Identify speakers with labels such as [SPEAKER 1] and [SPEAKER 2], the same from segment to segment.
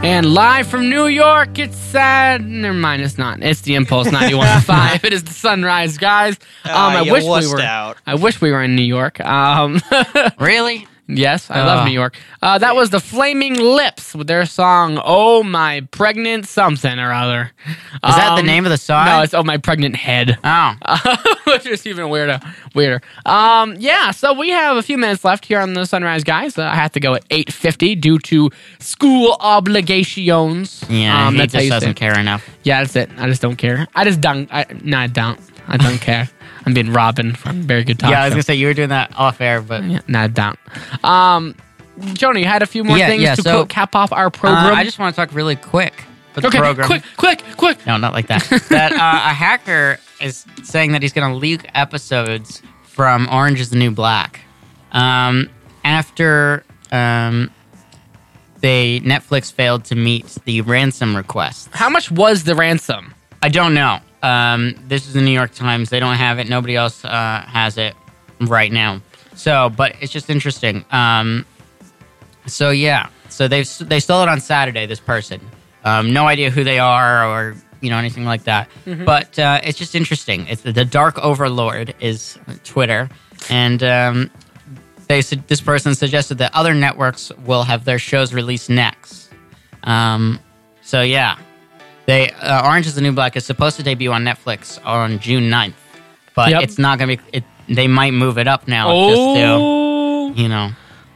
[SPEAKER 1] And live from New York, it's uh never mind, it's not. It's the Impulse 91.5. it is the sunrise, guys. Um
[SPEAKER 2] Ah,
[SPEAKER 1] I
[SPEAKER 2] you
[SPEAKER 1] wish we
[SPEAKER 2] wussed
[SPEAKER 1] were
[SPEAKER 2] out.
[SPEAKER 1] I wish we were in New York. Um
[SPEAKER 3] Really?
[SPEAKER 1] Yes, I love
[SPEAKER 3] Ugh.
[SPEAKER 1] New York. Uh, that was the Flaming Lips with their song "Oh My Pregnant Something" or other. Um,
[SPEAKER 3] Is that the name of the song?
[SPEAKER 1] No, it's "Oh My Pregnant Head,"
[SPEAKER 3] oh.
[SPEAKER 1] which is even weirder. Weirder. Um, yeah. So we have a few minutes left here on the Sunrise Guys. Uh, I have to go at eight fifty due to school obligations.
[SPEAKER 3] Yeah,
[SPEAKER 1] Um,
[SPEAKER 3] he
[SPEAKER 1] that's how
[SPEAKER 3] just
[SPEAKER 1] you say
[SPEAKER 3] doesn't
[SPEAKER 1] it.
[SPEAKER 3] care enough.
[SPEAKER 1] Yeah, that's it. I just don't care. I just don't. I, no, I don't. I don't care. I'm being Robin from Very Good Talk.
[SPEAKER 3] yeah, I was
[SPEAKER 1] Show.
[SPEAKER 3] gonna say you were doing that off air, but
[SPEAKER 1] Yeah, no, I don't. Um, Joni, you had a few more
[SPEAKER 3] Yeah,
[SPEAKER 1] things
[SPEAKER 3] yeah,
[SPEAKER 1] to
[SPEAKER 3] so-
[SPEAKER 1] quote, cap off our
[SPEAKER 3] Uh,
[SPEAKER 1] program.
[SPEAKER 3] I just want to talk really quick. But
[SPEAKER 1] okay,
[SPEAKER 3] the program.
[SPEAKER 1] quick, quick, quick.
[SPEAKER 3] No, not like that. that uh, a hacker is saying that he's going to leak episodes from Orange Is the New Black um, after um, they Netflix failed to meet the ransom request.
[SPEAKER 1] How much was the ransom?
[SPEAKER 3] I don't know. Um, this is the New York Times. They don't have it. Nobody else uh, has it right now. So, but it's just interesting. Um, so yeah, so they they stole it on Saturday. This person, um, no idea who they are or you know anything like that.
[SPEAKER 1] Mm-hmm.
[SPEAKER 3] But uh, it's just interesting. It's the dark overlord is Twitter, and um, they su- this person suggested that other networks will have their shows released next. Um, so yeah, they uh, Orange is the New Black is supposed to debut on Netflix on June 9th, but
[SPEAKER 1] Yep.
[SPEAKER 3] it's not going to be. It, they might move it up now.
[SPEAKER 1] Oh,
[SPEAKER 3] just to, you know,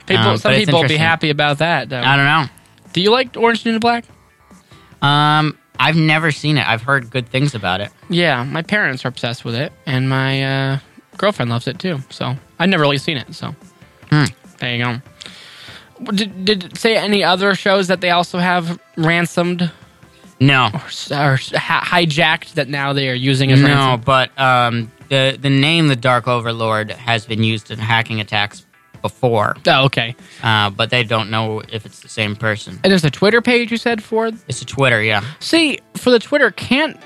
[SPEAKER 1] people.
[SPEAKER 3] um,
[SPEAKER 1] some
[SPEAKER 3] but it's
[SPEAKER 1] people will be
[SPEAKER 3] interesting.
[SPEAKER 1] happy about that. though.
[SPEAKER 3] I don't know.
[SPEAKER 1] Do you like Orange is the New Black?
[SPEAKER 3] Um, I've never seen it. I've heard good things about it.
[SPEAKER 1] Yeah, my parents are obsessed with it, and my uh, girlfriend loves it too. So I've never really seen it. So
[SPEAKER 3] Hmm.
[SPEAKER 1] there you go. W- Did, did it say any other shows that they also have ransomed
[SPEAKER 3] No,
[SPEAKER 1] or, s- or s- hi- hijacked that now they are using as
[SPEAKER 3] no,
[SPEAKER 1] ransom?
[SPEAKER 3] but um, the the name the Dark Overlord has been used in hacking attacks before,
[SPEAKER 1] Oh, okay.
[SPEAKER 3] uh, but they don't know if it's the same person.
[SPEAKER 1] And there's a Twitter page you said for.
[SPEAKER 3] It's a Twitter, yeah.
[SPEAKER 1] See, for the Twitter, can't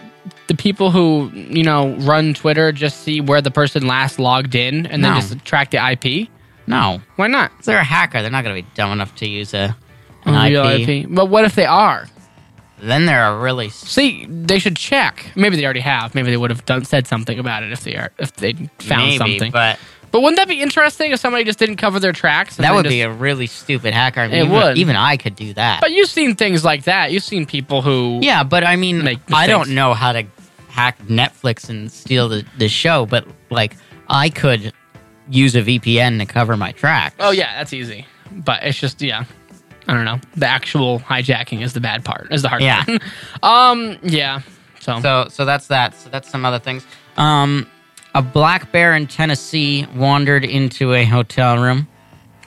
[SPEAKER 1] the people who you know run Twitter just see where the person last logged in and then
[SPEAKER 3] No.
[SPEAKER 1] just track the IP?
[SPEAKER 3] No,
[SPEAKER 1] Why not?
[SPEAKER 3] if they're a hacker, they're not going to be dumb enough to use a an
[SPEAKER 1] A real
[SPEAKER 3] IP.
[SPEAKER 1] But what if they are?
[SPEAKER 3] Then they're a really s-
[SPEAKER 1] See, they should check. Maybe they already have. Maybe they would have done said something about it if they are if they found
[SPEAKER 3] maybe,
[SPEAKER 1] something. But,
[SPEAKER 3] but
[SPEAKER 1] wouldn't that be interesting if somebody just didn't cover their tracks? and
[SPEAKER 3] that
[SPEAKER 1] then
[SPEAKER 3] would
[SPEAKER 1] just-
[SPEAKER 3] be a really stupid hacker. I mean,
[SPEAKER 1] It
[SPEAKER 3] even,
[SPEAKER 1] would.
[SPEAKER 3] even I could do that.
[SPEAKER 1] But you've seen things like that. You've seen people who.
[SPEAKER 3] Yeah, but I mean,
[SPEAKER 1] make
[SPEAKER 3] I
[SPEAKER 1] mistakes.
[SPEAKER 3] don't know how to hack Netflix and steal the, the show, but like, I could use a VPN to cover my tracks.
[SPEAKER 1] Oh yeah, that's easy. But it's just yeah. I don't know. The actual hijacking is the bad part. Is the hard
[SPEAKER 3] Yeah.
[SPEAKER 1] part. um yeah. So,
[SPEAKER 3] So, so that's that. So that's some other things. Um, a black bear in Tennessee wandered into a hotel room.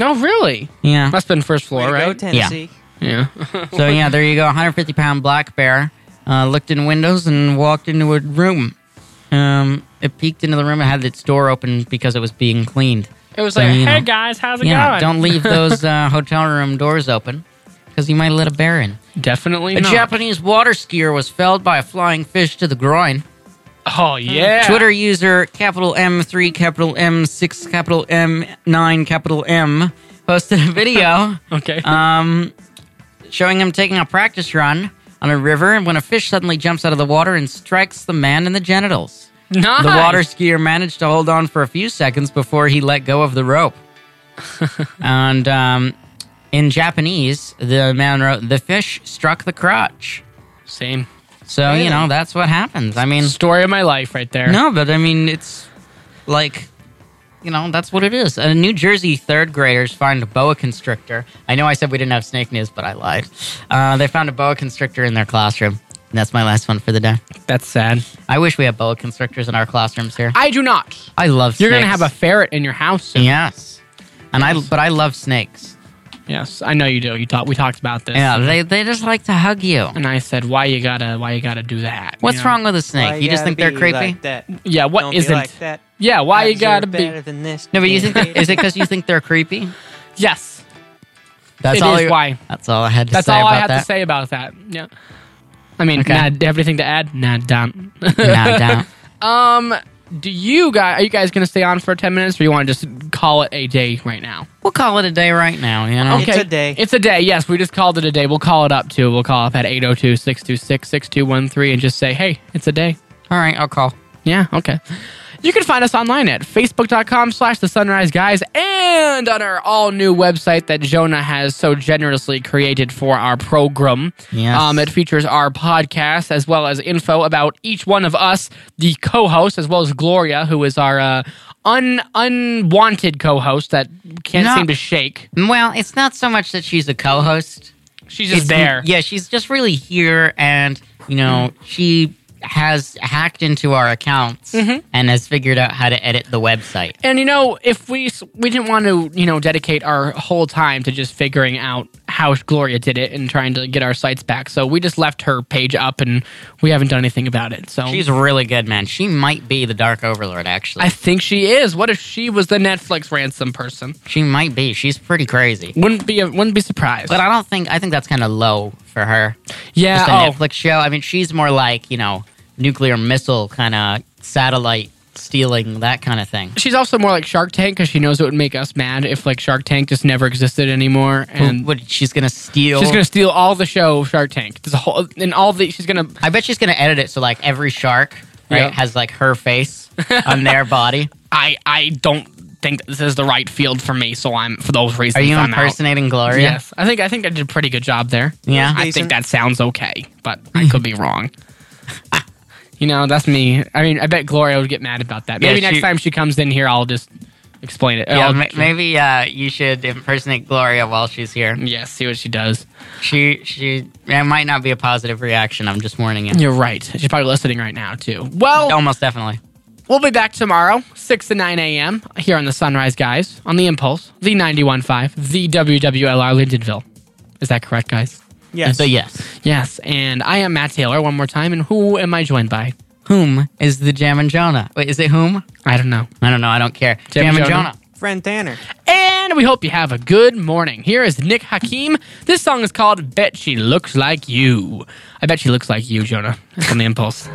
[SPEAKER 1] No, really?
[SPEAKER 3] Yeah.
[SPEAKER 1] Must have been first floor,
[SPEAKER 2] Way to go,
[SPEAKER 1] right?
[SPEAKER 2] Tennessee.
[SPEAKER 1] yeah.
[SPEAKER 3] So yeah, there you go. 150 pound black bear uh, looked in windows and walked into a room. Um, it peeked into the room and had its door open because it was being cleaned.
[SPEAKER 1] It was
[SPEAKER 3] So,
[SPEAKER 1] like,
[SPEAKER 3] you
[SPEAKER 1] "Hey
[SPEAKER 3] know.
[SPEAKER 1] guys, how's it
[SPEAKER 3] Yeah,
[SPEAKER 1] going?"
[SPEAKER 3] don't leave those uh, hotel room doors open because you might let a bear in.
[SPEAKER 1] Definitely
[SPEAKER 3] A
[SPEAKER 1] not.
[SPEAKER 3] Japanese water skier was felled by a flying fish to the groin.
[SPEAKER 1] oh yeah.
[SPEAKER 3] Twitter user capital M3, capital M6, capital M9, capital M posted a video
[SPEAKER 1] Okay.
[SPEAKER 3] um, showing him taking a practice run on a river and when a fish suddenly jumps out of the water and strikes the man in the genitals.
[SPEAKER 1] nice.
[SPEAKER 3] The water skier managed to hold on for a few seconds before he let go of the rope. and um, in Japanese, the man wrote, The fish struck the crotch.
[SPEAKER 1] Same
[SPEAKER 3] So, you know, that's what happens. I mean,
[SPEAKER 1] story of my life right there.
[SPEAKER 3] no, but I mean, it's like, you know, that's what it is. Uh, New Jersey third graders find a boa constrictor. I know I said we didn't have snake news, but I lied. Uh, they found a boa constrictor in their classroom. And that's my last one for the day.
[SPEAKER 1] That's sad.
[SPEAKER 3] I wish we had boa constrictors in our classrooms here.
[SPEAKER 1] I do not.
[SPEAKER 3] I love snakes.
[SPEAKER 1] You're going to have a ferret in your house soon.
[SPEAKER 3] Yes. And I, but I love snakes.
[SPEAKER 1] Yes, I know you do. You talk we talked about this.
[SPEAKER 3] Yeah, they, they just like to hug you.
[SPEAKER 1] And I said, "Why you got to why you got to do that?"
[SPEAKER 3] What's
[SPEAKER 1] You know?
[SPEAKER 3] wrong with a
[SPEAKER 2] Why
[SPEAKER 3] snake? You just
[SPEAKER 2] gotta
[SPEAKER 3] think they're
[SPEAKER 2] be
[SPEAKER 3] creepy?
[SPEAKER 2] Like that?
[SPEAKER 1] Yeah, what
[SPEAKER 2] Don't
[SPEAKER 1] not
[SPEAKER 2] Be like that.
[SPEAKER 1] Yeah, why you
[SPEAKER 2] Guys are
[SPEAKER 1] got to
[SPEAKER 2] better
[SPEAKER 1] be
[SPEAKER 2] than this?
[SPEAKER 3] no, but you think
[SPEAKER 2] that
[SPEAKER 3] that, is it because you think they're creepy?
[SPEAKER 1] Yes.
[SPEAKER 3] That's
[SPEAKER 1] It
[SPEAKER 3] all.
[SPEAKER 1] is
[SPEAKER 3] you-
[SPEAKER 1] why.
[SPEAKER 3] That's all I had to
[SPEAKER 1] That's
[SPEAKER 3] say
[SPEAKER 1] all
[SPEAKER 3] about
[SPEAKER 1] I have
[SPEAKER 3] that.
[SPEAKER 1] to say about that. Yeah. I mean,
[SPEAKER 3] Okay.
[SPEAKER 1] nah, do you have anything to add? Nah, don't.
[SPEAKER 3] No, don't.
[SPEAKER 1] um, do you guys are you guys gonna stay on for ten minutes, or you want to just call it a day right now?
[SPEAKER 3] We'll call it a day right now. You know.
[SPEAKER 2] It's a day.
[SPEAKER 1] It's a day. Yes, we just called it a day. We'll call it up too. We'll call up at 802-626-6213 and just say, "Hey, it's a day."
[SPEAKER 3] All right, I'll call.
[SPEAKER 1] Yeah, okay. You can find us online at facebook.com slash the sunrise guys and on our all new website that Jonah has so generously created for our program.
[SPEAKER 3] Yes.
[SPEAKER 1] Um, it features our podcast as well as info about each one of us, the co host, as well as Gloria, who is our uh, un- unwanted co host that can't
[SPEAKER 3] No.
[SPEAKER 1] seem to shake.
[SPEAKER 3] Well, it's not so much that she's a co-host.
[SPEAKER 1] She's just
[SPEAKER 3] It's-
[SPEAKER 1] there.
[SPEAKER 3] Yeah, she's just really here, and you know, she has hacked into our accounts
[SPEAKER 1] Mm-hmm.
[SPEAKER 3] and has figured out how to edit the website.
[SPEAKER 1] And you know, if we s- we didn't want to, you know, dedicate our whole time to just figuring out how Gloria did it and trying to get our sites back, so we just left her page up and we haven't done anything about it. So
[SPEAKER 3] She's really good, man. She might be the Dark Overlord, actually.
[SPEAKER 1] I think she is. What if she was the Netflix ransom person?
[SPEAKER 3] she might be. She's pretty crazy.
[SPEAKER 1] Wouldn't be wouldn't be surprised.
[SPEAKER 3] But I don't think I think that's kind of low for her.
[SPEAKER 1] yeah.
[SPEAKER 3] Just a
[SPEAKER 1] Oh,
[SPEAKER 3] Netflix show. I mean, she's more like you know nuclear missile kind of satellite stealing that kind of thing.
[SPEAKER 1] she's also more like Shark Tank because she knows it would make us mad if like Shark Tank just never existed anymore and.
[SPEAKER 3] what she's gonna steal?
[SPEAKER 1] She's gonna steal all the show Shark Tank. There's a whole and all the she's gonna
[SPEAKER 3] I bet she's gonna edit it so like every shark right
[SPEAKER 1] Yeah.
[SPEAKER 3] has like her face on their body.
[SPEAKER 1] I I don't think this is the right field for me, so I'm for those reasons.
[SPEAKER 3] Are you
[SPEAKER 1] I'm out.
[SPEAKER 3] impersonating Gloria?
[SPEAKER 1] Yes, I think I think I did a pretty good job there.
[SPEAKER 3] Yeah.
[SPEAKER 1] I
[SPEAKER 2] Decent.
[SPEAKER 1] think that sounds okay, but I could be wrong. you know, that's me. I mean, I bet Gloria would get mad about that.
[SPEAKER 3] Yeah,
[SPEAKER 1] Maybe next
[SPEAKER 3] she-
[SPEAKER 1] time she comes in here, I'll just explain it. Oh,
[SPEAKER 3] Yeah,
[SPEAKER 1] I'll-
[SPEAKER 3] ma- maybe uh, you should impersonate Gloria while she's here.
[SPEAKER 1] yeah, see what she does.
[SPEAKER 3] She she it might not be a positive reaction. I'm just warning you.
[SPEAKER 1] You're right. She's probably listening right now too. Well,
[SPEAKER 3] Almost definitely.
[SPEAKER 1] we'll be back tomorrow, six to nine a.m. here on the Sunrise Guys on the Impulse, the 91.5, the WWLR Lindenville. Is that correct, guys?
[SPEAKER 2] Yes.
[SPEAKER 3] So yes.
[SPEAKER 1] Yes, and I am Matt Taylor one more time. And who am I joined by?
[SPEAKER 3] Whom is the Jam and Jonah? Wait, is it whom?
[SPEAKER 1] I don't know.
[SPEAKER 3] I don't know. I don't care.
[SPEAKER 1] Jam
[SPEAKER 3] Jam,
[SPEAKER 1] and
[SPEAKER 3] and
[SPEAKER 1] Jonah.
[SPEAKER 3] Jonah.
[SPEAKER 2] Friend Tanner.
[SPEAKER 1] And we hope you have a good morning. Here is Nick Hakim. This song is called Bet She Looks Like You. I bet she looks like you, Jonah. It's on the impulse.